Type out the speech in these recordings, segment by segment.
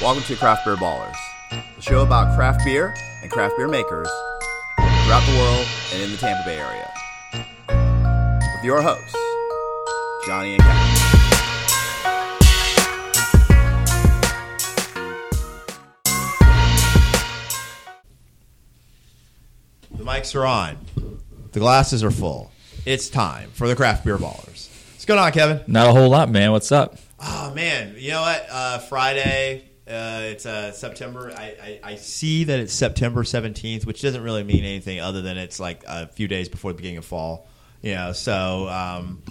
Welcome to Craft Beer Ballers, the show about craft beer and craft beer makers throughout the world and in the Tampa Bay area. With your hosts, Johnny and Kat. The mics are on. The glasses are full. It's time for the Craft Beer Ballers. What's going on, Kevin? Not a whole lot, man. What's up? Oh man, you know what? Uh, Friday. Uh, it's uh, September. I, I, I see that it's September seventeenth, which doesn't really mean anything other than it's like a few days before the beginning of fall. You know, so um,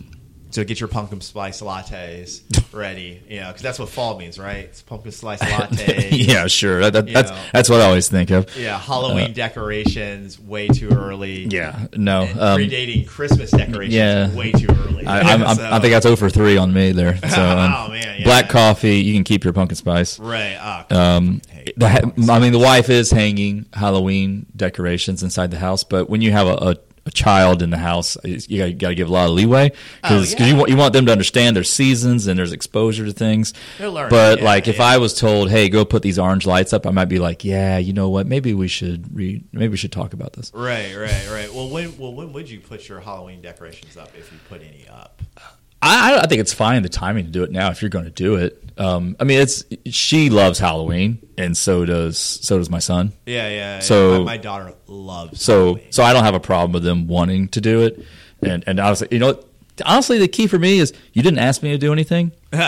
so get your pumpkin spice lattes ready. You know, because that's what fall means, right? It's pumpkin spice lattes. yeah, sure. That- that- You that's know. that's what I always think of. Yeah, Halloween decorations way too early. Uh, Yeah, no. And Um, predating Christmas decorations yeah. way too early. I, I'm, I'm, So- I think that's over three on me there. So, um, Oh, man, yeah. black coffee. You can keep your pumpkin spice. right. ah, Um, Hey, the, pumpkin ha- I mean, the wife is hanging Halloween decorations inside the house, but when you have a, a, a child in the house, it's- you got you to give a lot of leeway because Oh, yeah. you want you want them to understand there's seasons and there's exposure to things. They're learning, But yeah, like, if yeah. I was told, "Hey, go put these orange lights up," I might be like, "Yeah, you know what? Maybe we should re- maybe we should talk about this." Right, right, right. Well, when well when would you put your Halloween decorations up if you put any up? I, I- I think it's fine the timing to do it now if you're going to do it. Um, I mean, it's she loves Halloween, and so does so does my son. Yeah, yeah. So- yeah. My, my daughter loves So Halloween. so I don't have a problem with them wanting to do it. And and honestly, you know, what? honestly, the key for me is you didn't ask me to do anything, no,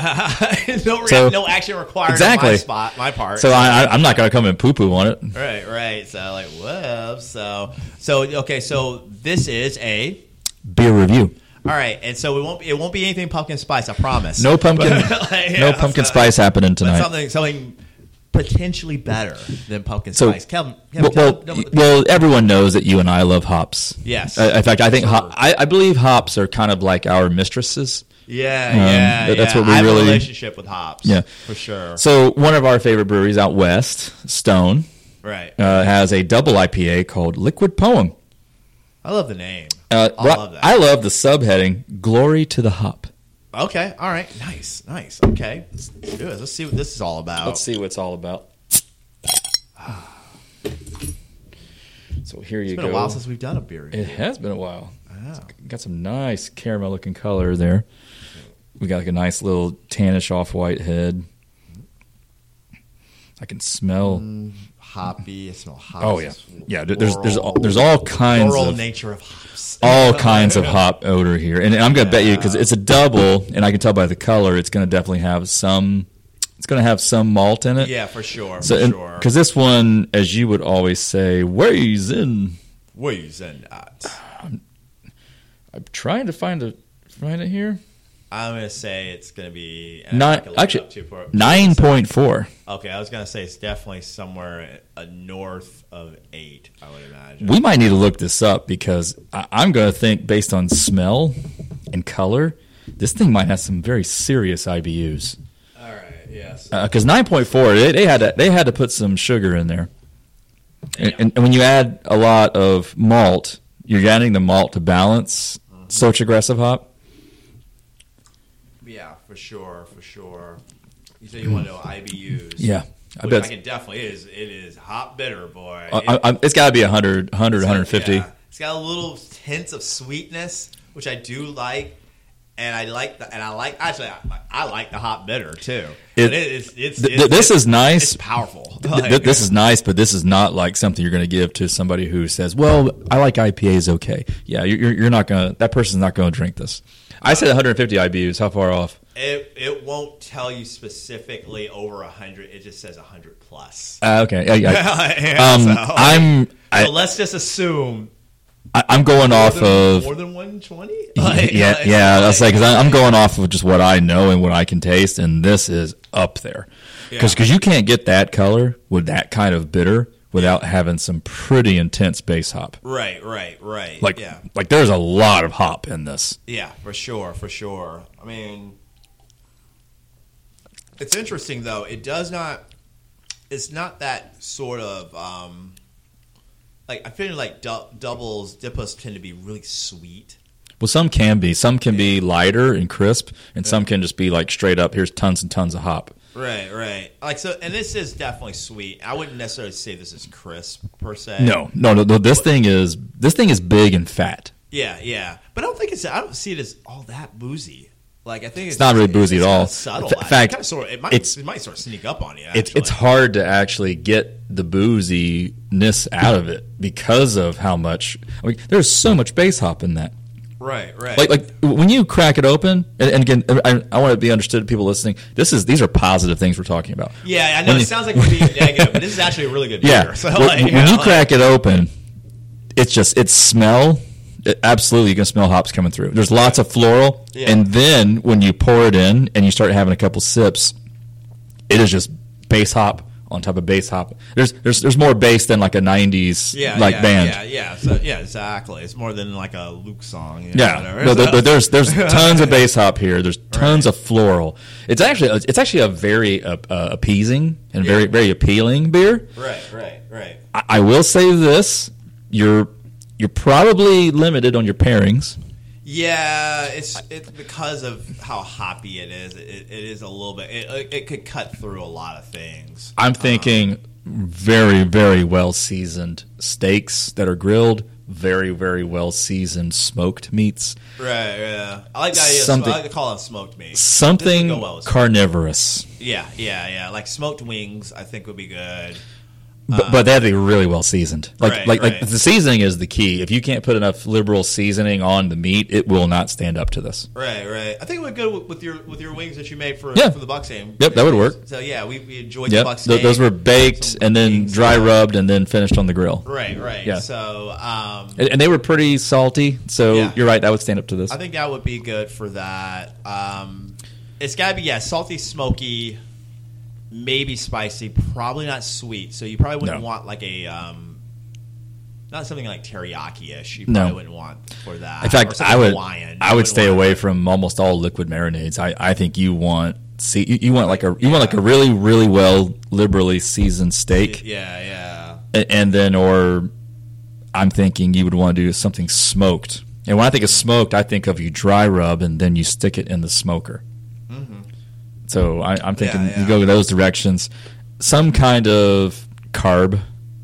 re- so- no action required. Exactly. My Exactly. spot, my part. so I, I, I'm not going to come and poo poo on it. right, right. So like, whoops. So so okay. So this is a Beer review. all right, and so it won't be, it won't be anything pumpkin spice. I promise. No pumpkin. Like, yeah, no pumpkin so- spice happening But tonight. something something potentially better than pumpkin So- spice. Kevin, Kevin Well, tell well, them- tell them- well, everyone knows that you and I love hops. Yes. Uh, in fact, I think Sure. hop, I, I believe hops are kind of like our mistresses. Yeah, Um, yeah, that- that's yeah. what we I have a really- relationship with hops. Yeah. for sure. So one of our favorite breweries out west, Stone, Right. uh, has a double IPA called Liquid Poem. I love the name. Uh, I love that. I love the subheading "Glory to the Hop." okay. All right. Nice. Nice. Okay. Let's do it. Let's see what this is all about. Let's see what it's all about. So here you it's been go. a while since we've done a beer. it Review. has been a while. Wow. Got some nice caramel-looking color there. We got like a nice little tannish off-white head. I can smell. Mm, Hoppy. I smell hops. oh yeah, It's yeah. there- There's there's all, floral- there's all kinds floral of nature of hops. all kinds of hop odor here, and I'm going to bet you because it's a double, and I can tell by the color, it's going to definitely have some. It's going to have some malt in it. Yeah, for sure. For So, sure. because this one, as you would always say, weighs in. Ways and odds. I'm trying to find a find it here. I'm gonna say it's gonna be uh, and I Nine, can look it actually, up too for- nine point four. Okay, I was gonna say it's definitely somewhere uh, north of eight. I would imagine. We might need to look this up because I, I'm going to think based on smell and color, this thing might have some very serious IBUs. All right. Yes. because Uh, nine point four, they, they had to, they had to put some sugar in there, and, and, and when you add a lot of malt, you're adding the malt to balance such aggressive hop. Yeah, for sure, for sure. You say you want to know IBUs. Yeah, I Which bet Uh, I can definitely it is it is hot bitter boy. I, I, it's got to be 100, 100 150. Yeah. It's got a little hint of sweetness, which I do like, and I like the and I like actually I, I like the hot bitter too. It- But it's, it's, Th- it's th- this is it's nice. powerful. Th- th- this is nice, but this is not like something you're going to give to somebody who says, "Well, I like IPAs, okay." Yeah, you're, you're- you're not going to. That person's not going to drink this. I said 150 IBUs. How far off? it it won't tell you specifically over hundred. It just says hundred plus. Uh, okay. Yeah, yeah. Yeah, Um, so- I'm so I, let's just assume I- I'm going off more than, of more than 120 yeah, yeah. That's like because I'm going off of just what I know and what I can taste, and this is up there because Yeah. you can't get that color with that kind of bitter without having some pretty intense base hop. right right right Like, yeah like there's a lot of hop in this. yeah for sure for sure i mean it's interesting though it does not it's not that sort of um like i feel like dou- doubles dippos tend to be really sweet Well, some can be. Some can be lighter and crisp, and some can just be like straight up. Here's tons and tons of hop. Right, right. Like so, and this is definitely sweet. I wouldn't necessarily say this is crisp per se. No, no, no, no. This thing is this thing is big and fat. Yeah, yeah. But I don't think it's. I don't see it as all that boozy. Like I think it's, not really boozy at kinda all. Subtle. In I- fact, it, kinda sort of- it might it's- it might sort of sneak up on you. It's actually. it's hard to actually get the booziness out of it because of how much. I mean, there's so much bass hop in that. right, right. Like like when you crack it open, and, and again, I, I want to be understood, people listening. This is these are positive things we're talking about. yeah, I know when it you- sounds like we're being negative, but this is actually a really good beer. Yeah. So when like, when you know, crack it open, it's just it's smell. It, absolutely, you can smell hops coming through. There's lots of floral, Yeah. and then when you pour it in and you start having a couple sips, it is just bass hop on top of bass hop. There's there's there's more bass than like a '90s yeah, like yeah, band. Yeah, yeah, so, yeah, exactly. It's more than like a Luke song. You know, Yeah, whatever. no, there- So- there- there's there's tons of bass hop here. There's tons of floral. It's actually it's actually a very uh, uh, appeasing and very Yeah. very appealing beer. right, right, right. I, I will say this: you're you're probably limited on your pairings. Yeah, it's it's because of how hoppy it is. It, it is a little bit. It, it could cut through a lot of things. I'm thinking very very well seasoned steaks that are grilled, very very well seasoned smoked meats, Right. Yeah. I like the idea. Of, Something- I like to call it smoked meat. something This would go well with- carnivorous. Yeah. Yeah. Yeah. Like smoked wings, I think would be good. But, but they have to be really well seasoned. Like Uh-huh. Right, like right. like the seasoning is the key. If you can't put enough liberal seasoning on the meat, it will not stand up to this. Right. Right. I think it would go with, with your with your wings that you made for Yeah. for the Bucks game. Yep, that would work. So yeah, we, we enjoyed the Yep, Bucks Th- game. those were baked Some and then wings. dry rubbed and then finished on the grill. Right. Right. Yeah. So um, And, and they were pretty salty, so Yeah. you're right. That would stand up to this. I think that would be good for that. Um, it's got to be yeah, salty, smoky, maybe spicy, probably not sweet. So you probably wouldn't No. want like a um, not something like teriyaki ish. You No. probably wouldn't want for that. In Or fact, something I would Hawaiian. I You would wouldn't stay want- away from almost all liquid marinades. I, I think you want see you, you want like a you want like a really really well liberally seasoned steak, Yeah, yeah, A- and then or I'm thinking you would want to do something smoked. And when I think of smoked, I think of you dry rub and then you stick it in the smoker. So I, I'm thinking Mm-hmm. Yeah, yeah. you go those directions. Some kind of carb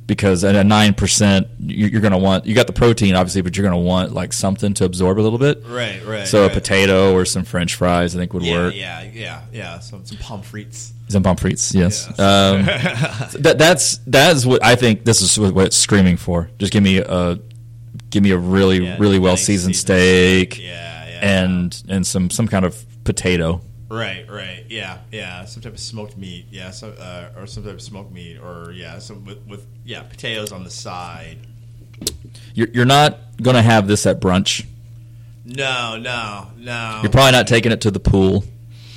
because at a nine percent, you're going to want you got the protein obviously, but you're going to want like something to absorb a little bit. right, right. So a right. potato or some French fries, I think, would Yeah, work. yeah, yeah, yeah. Some some pomfrits. Some pommes frites, yes. Um, that, that's that's what I think. This is what, what it's screaming for. Just give me a give me a really Yeah, really nice well seasoned seasoned steak Yeah, yeah. and and some some kind of potato. Right, right, yeah, yeah. Some type of smoked meat, yeah, so, uh, or some type of smoked meat, or yeah, some with, with yeah potatoes on the side. You're, you're not going to have this at brunch. No, no, no. You're probably not taking it to the pool.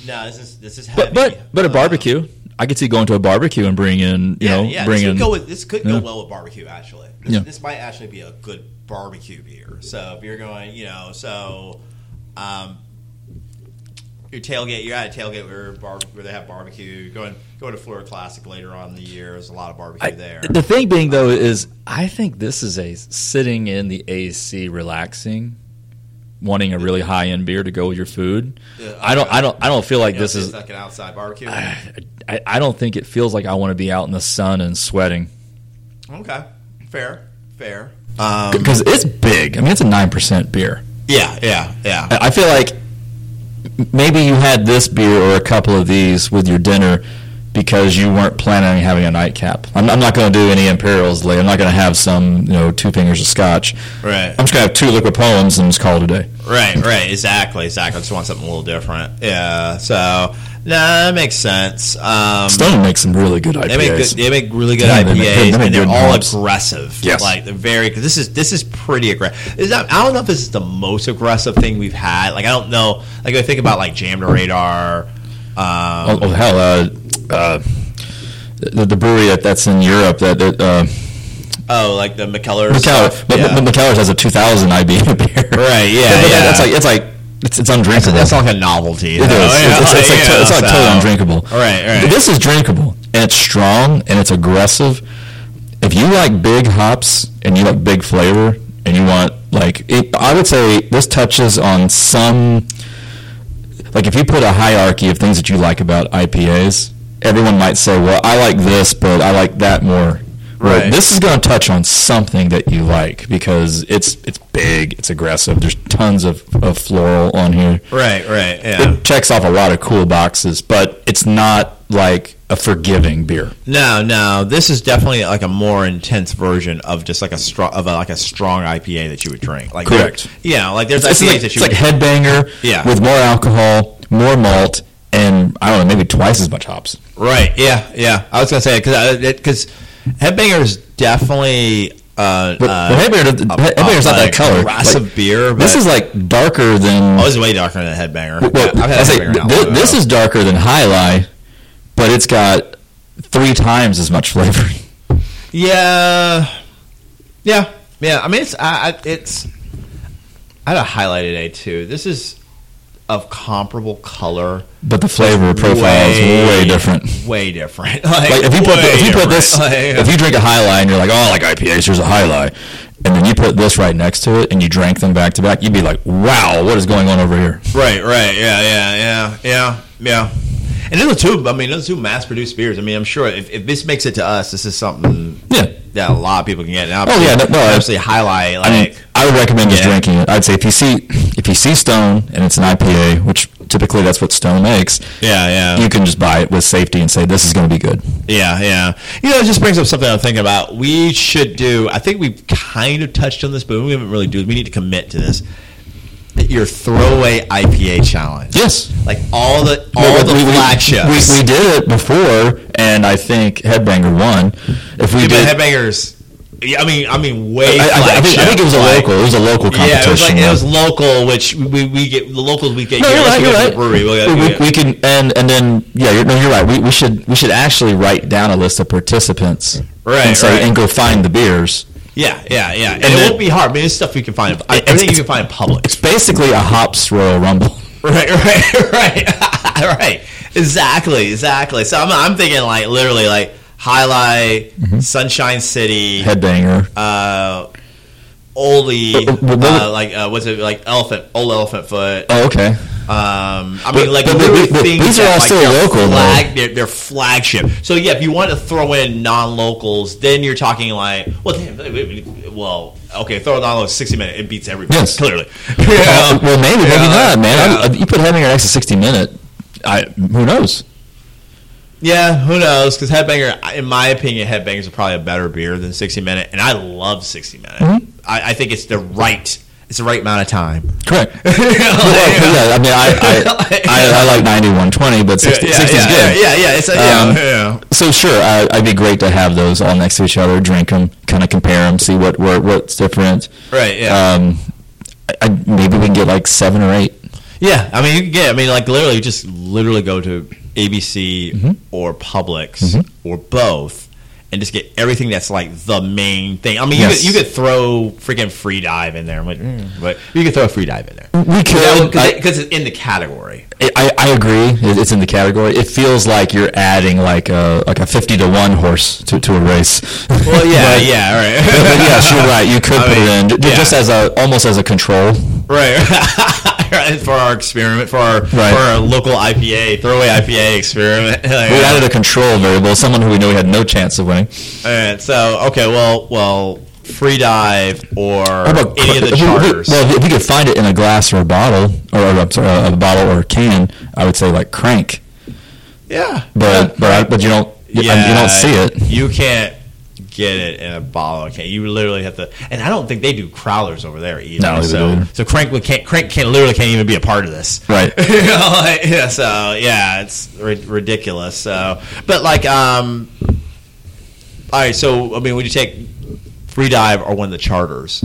no, this is this is heavy. But but but a Uh, barbecue. I could see going to a barbecue and bring in you yeah, know yeah. bring this in could go with this could go yeah. well with barbecue actually. This, Yeah. this might actually be a good barbecue beer. So if you're going, you know, so um, your tailgate, you're at a tailgate where bar, where they have barbecue. You're going going to Florida Classic later on in the year. There's a lot of barbecue I- there. The thing being though is I think this is a sitting in the AC relaxing wanting a really high end beer to go with your food. Yeah, I don't I don't I don't feel like You know, this it's is like an outside barbecue. I, I don't think it feels like I want to be out in the sun and sweating okay, fair, fair. Um, because it's big. I mean, it's a nine percent beer. yeah, yeah, yeah. I I feel like m- maybe you had this beer or a couple of these with your dinner because you weren't planning on having a nightcap. I'm, I'm not going to do any imperials later. I'm not going to have some you know two fingers of scotch. Right. Mm-hmm. I'm just gonna have two liquid poems and just call it a day. Right, right, exactly, exactly. I just want something a little different. Yeah, so no, that makes sense. Um, Stone makes some really good IPAs. they make good, they make really good Yeah, they IPAs, make- they make and they're good all hops. aggressive. Yes. like they're very. Cause this is this is pretty aggressive. Not, I don't know if this is the most aggressive thing we've had. Like I don't know. Like I think about like Jam to Radar. Um, oh, oh, hell, uh, uh, the, the brewery that, that's in Europe that that, uh, oh, like the McKellar. McKellar, stuff. but, yeah. but McKellar's has a 2000 IBA beer. Right, yeah, But yeah. That's like it's like it's, it's undrinkable. that's Oh, like a novelty. It is. It's, it's, it's, like, to- it's like totally undrinkable. All right, all right. This is drinkable, and it's strong, and it's aggressive. If you like big hops and you like big flavor, and you want like, it, I would say this touches on some. Like if you put a hierarchy of things that you like about IPAs, everyone might say, "Well, I like this, but I like that more." Well, Right. this is going to touch on something that you like because it's it's big, it's aggressive. There's tons of, of floral on here. Right, right, yeah. It checks off a lot of cool boxes, but it's not like a forgiving beer. No, no, this is definitely like a more intense version of just like a strong of a, like a strong IPA that you would drink. Like Correct. Yeah, like there's It's IPAs like, that it's you like would, headbanger Yeah. with more alcohol, more malt, and I don't know, maybe twice as much hops. right. Yeah, yeah. I was gonna say because because Headbanger is definitely. Uh, But, uh, but headbanger, a- headbanger's not a that color. Glass Like, of beer. But this is like darker than. oh, this is way darker than a Headbanger. Well, Yeah, I've had I say, Headbanger now. thi- this is darker than High Lie, but it's got three times as much flavor. Yeah, yeah, yeah. I mean, it's I, I, it's. I had a highlight today too. This is of comparable color. But the flavor profile is way different. Way different. Like, Like if you put way if you put this different. Like, if you drink a High Lie and you're like oh I like IPAs here's a High Lie, and then you put this right next to it and you drank them back to back you'd be like wow what is going on over here? right, right, yeah, yeah, yeah, yeah, yeah. And those are two. I mean, those are two mass-produced beers. I mean, I'm sure if, if this makes it to us, this is something Yeah. that a lot of people can get. And Oh, yeah, no, no, I- obviously highlight I mean, like I would recommend just Yeah. drinking it. I'd say if you see if you see Stone and it's an IPA, which typically that's what Stone makes, yeah, yeah. you can just buy it with safety and say this is going to be good. Yeah, yeah. You know, it just brings up something I'm thinking about. We should do. I think we've kind of touched on this, but we haven't really do. We need to commit to this. Your throwaway IPA challenge. Yes, Like all the all Well, the we- we- flagships. We, we did it before, and I think Headbanger won. If we Yeah, but did, headbangers. Yeah, I mean, I mean, way. I, I, I think, I think it was a flagship, local. It was a local like- Yeah, it was competition. like it was local, which we, we get the locals we get. no, here, you're let's right. go You're to the right. brewery, we'll get- yeah. we, we can and and then yeah, you're, no, you're right. We, we should we should actually write down a list of participants Right, and say right. and go find the beers. yeah, yeah, yeah. And, And it then- won't be hard. I mean, it's stuff you can find. I, I It's- think you can it's- find in public. It's basically a hops Royal Rumble. Right, right, right, right. Exactly, exactly. So I'm, I'm thinking like literally like Highlight, Mm-hmm. Sunshine City, Headbanger. uh, Oli, Uh, uh, what- what- uh, like uh, what's it like Elephant, Old Elephant Foot. oh, okay. Um, I mean, But- like but- but- literally but things these are that, all like, still their local, though. Flag, their, their flagship. So yeah, if you want to throw in non-locals, then you're talking like, well, damn, wait, wait, wait, well, okay, throw non-locals, sixty minute, it beats everybody. Yes. clearly. Well, uh, well, maybe, maybe Yeah, not, man. yeah. I, you put Headbanger next to 60 Minute, I, who knows? Yeah, who knows? Because Headbanger, in my opinion, Headbangers are probably a better beer than 60 Minute, and I love 60 Minute. Mm-hmm. I, I think it's the right, it's the right amount of time. Correct. Well, yeah, I mean, I, I, I, I like 90, 120, but 60, yeah, 60 is yeah, good. Yeah, yeah, it's a, Um, yeah, yeah. So sure, I, I'd be great to have those all next to each other, drink them, kind of compare them, see what, what what's different. Right, yeah, Um, I, I, maybe we can get like seven or eight. yeah. I mean, you can get. I mean, like literally, just literally go to ABC Mm-hmm. or Publix or both, and just get everything that's like the main thing. I mean, Yes. you, could, you could throw freaking free dive in there, I'm like, mm, but you could throw a free dive in there We could. I, because it's in the category. I, I agree. It- It's in the category. It feels like you're adding like a like a fifty to one horse to, to a race. Well, yeah, But- yeah, right. But yes, you're right. You could I put mean, it in ju- yeah. just as a almost as a control. right. right. For our experiment, for our for our local IPA throwaway IPA experiment. Like, We added a control variable, someone who we know we had no chance of winning. all right, so okay, well, well, free dive or How about any of the if we- if we- charters. well, if you could find it in a glass or a bottle, or, or I'm sorry, a, a bottle or a can, I would say like crank. yeah, But but I, but you don't you, I mean, you don't see it. You can't get it in a bottle. Okay, you literally have to. And I don't think they do crowlers over there either. No, they so don't. so crank would- can't crank can't literally can't even be a part of this. Right. You know, like, yeah. So yeah, it's ri- ridiculous. So, but like, um, all right. So I mean, would you take free dive or one of the charters?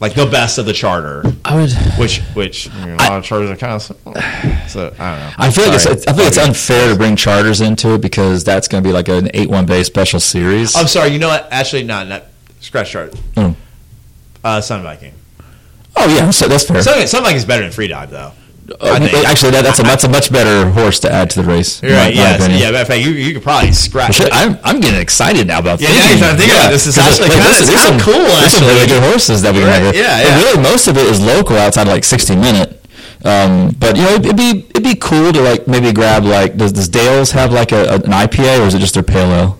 Like the best of the charter, I would. which which I mean, a lot of charters are kind of so I don't know. I feel like it's, Sorry. I feel it's unfair to bring charters into it because that's going to be like an eight-one base special series. I'm sorry. You know what? Actually, not not scratch chart. Hmm. Uh, Sun Viking. Oh yeah, so that's fair. Sun, Sun Viking's better than free dive though. Uh, I think. actually, that, that's a that's a much better horse to add to the race. in You're my- right. my Yes. opinion. Yeah. Matter of fact, you, you could probably scratch. Shit, it. I'm, I'm getting excited now about Yeah, now thinking. you're trying to think about this. It's 'cause actually like, kinda- there's- it's there's kinda some- cool, There's some actually. really good horses that we Right, can have. yeah, And yeah. really, most of it is local outside of like 60 minute. Um, but you know, it'd, it'd be it'd be cool to like maybe grab like does, does Dale's have like a, an IPA or is it just their pale ale?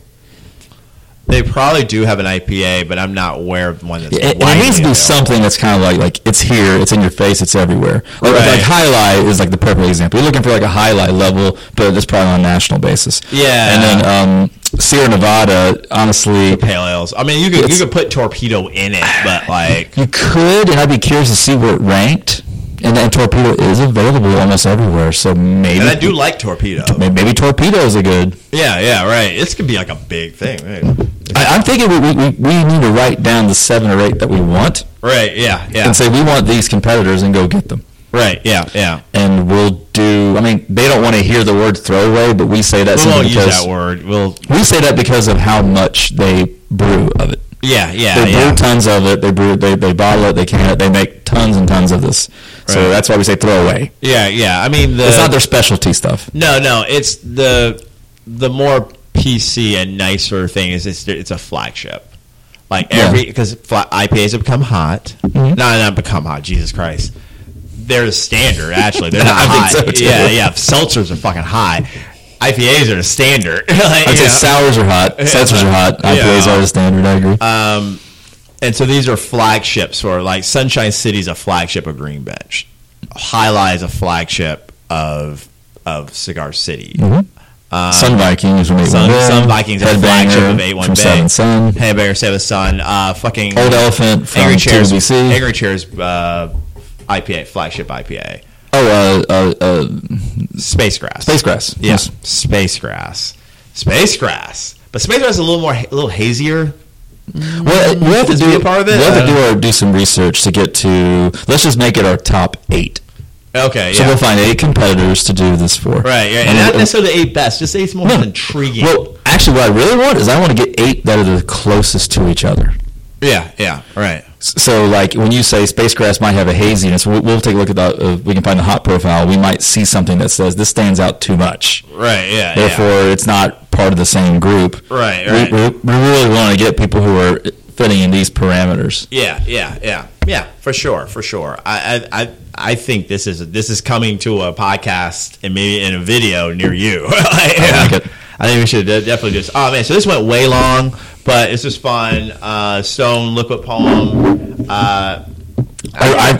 They probably do have an IPA, but I'm not aware of one that's. Yeah, and widely it needs to be available. something that's kind of like like it's here, it's in your face, it's everywhere. Like, Right. like highlight is like the perfect example. You're looking for like a highlight level, but it's probably on a national basis. Yeah. And then um, Sierra Nevada, honestly, pale ales. I mean, you could you It's- could put torpedo in it, but like you could, and I'd be curious to see where it ranked. And, and torpedo is available almost everywhere, so maybe and I do like torpedo. may- maybe torpedoes are good. Yeah, yeah, right. This could be like a big thing. Right, I, I'm thinking we, we, we- we need to write down the seven or eight that we want right yeah, yeah, and say we want these competitors and go get them. right, yeah, yeah. And we'll do. I mean, they don't want to hear the word throwaway, but we say that We simply won't use because that word. We'll we say that because of how much they brew of it. yeah, yeah, They brew Ah, yeah. tons of it. They brew. They, they bottle it. They can it. They make tons and tons of this. Right. So that's why we say throwaway. Yeah, yeah. I mean, the It's not their specialty stuff. no, no. It's the the more PC and nicer thing is it's it's a flagship. Like Yeah. Mm-hmm. every because IPAs have become hot. No, not become hot. Jesus Christ. They're the standard, actually. They're not I think hot. so, too. yeah, yeah. Seltzers are fucking hot. IPAs are the standard. Like, I'd you say know. sours are hot. Seltzers are hot. Yeah. IPAs are the standard. I agree. Um, and so these are flagships, or like Sunshine City's a flagship of Green Bench. Highlight is a flagship of of Cigar City. Sun Vikings from eight Sun, one one. Sun Vikings are a flagship of A One from Bay. Seven Sun. Haybanger Seven Sun. Uh, fucking Old Elephant from Angry Chairs. TBC. Angry Chairs. Uh, IPA flagship IPA. Oh, uh, uh, uh, Space Grass. Space Grass. Yeah. Space Grass. Space Grass. But Space Grass is a little more, a little hazier. Well, we have to Is do be a part of it? We have Uh, to do our do some research to get to. Let's just make it our top eight. Okay. So yeah. we'll find eight competitors to do this for. Right, yeah, and And not it- necessarily the eight best, just the eight most No. intriguing. Well, actually, what I really want is I want to get eight that are the closest to each other. yeah, yeah, right. S- So, like when you say space grass might have a haziness, we'll, we'll take a look at the. Uh, we can find the hot profile. We might see something that says this stands out too much. Right, yeah, Therefore, it's not part of the same group. Right, We- right. We, we really want to get people who are fitting in these parameters. yeah, yeah, yeah, yeah, for sure, for sure. I, I, I, I think this is this is coming to a podcast and maybe in a video near you. I like it. I think we should de- definitely just. Oh man, so this went way long, but this was fun. Uh, Stone Liquid Palm. Uh, I,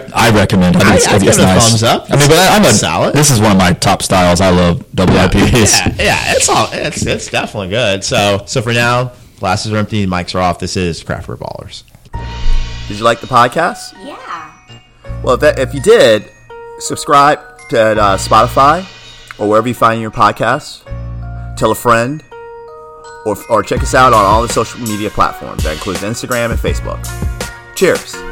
I, I recommend. I think it's, I- I'd it's give it a nice. thumbs up. I mean, but I, I'm a Solid. This is one of my top styles. I love double IPAs. yeah, yeah, it's all it's it's definitely good. So so for now, glasses are empty, mics are off. This is Craft Beer Ballers. Did you like the podcast? Yeah. Well, if, that, if you did, subscribe to uh, Spotify or wherever you find your podcasts. Tell a friend, or, or check us out on all the social media platforms. That includes Instagram and Facebook. Cheers.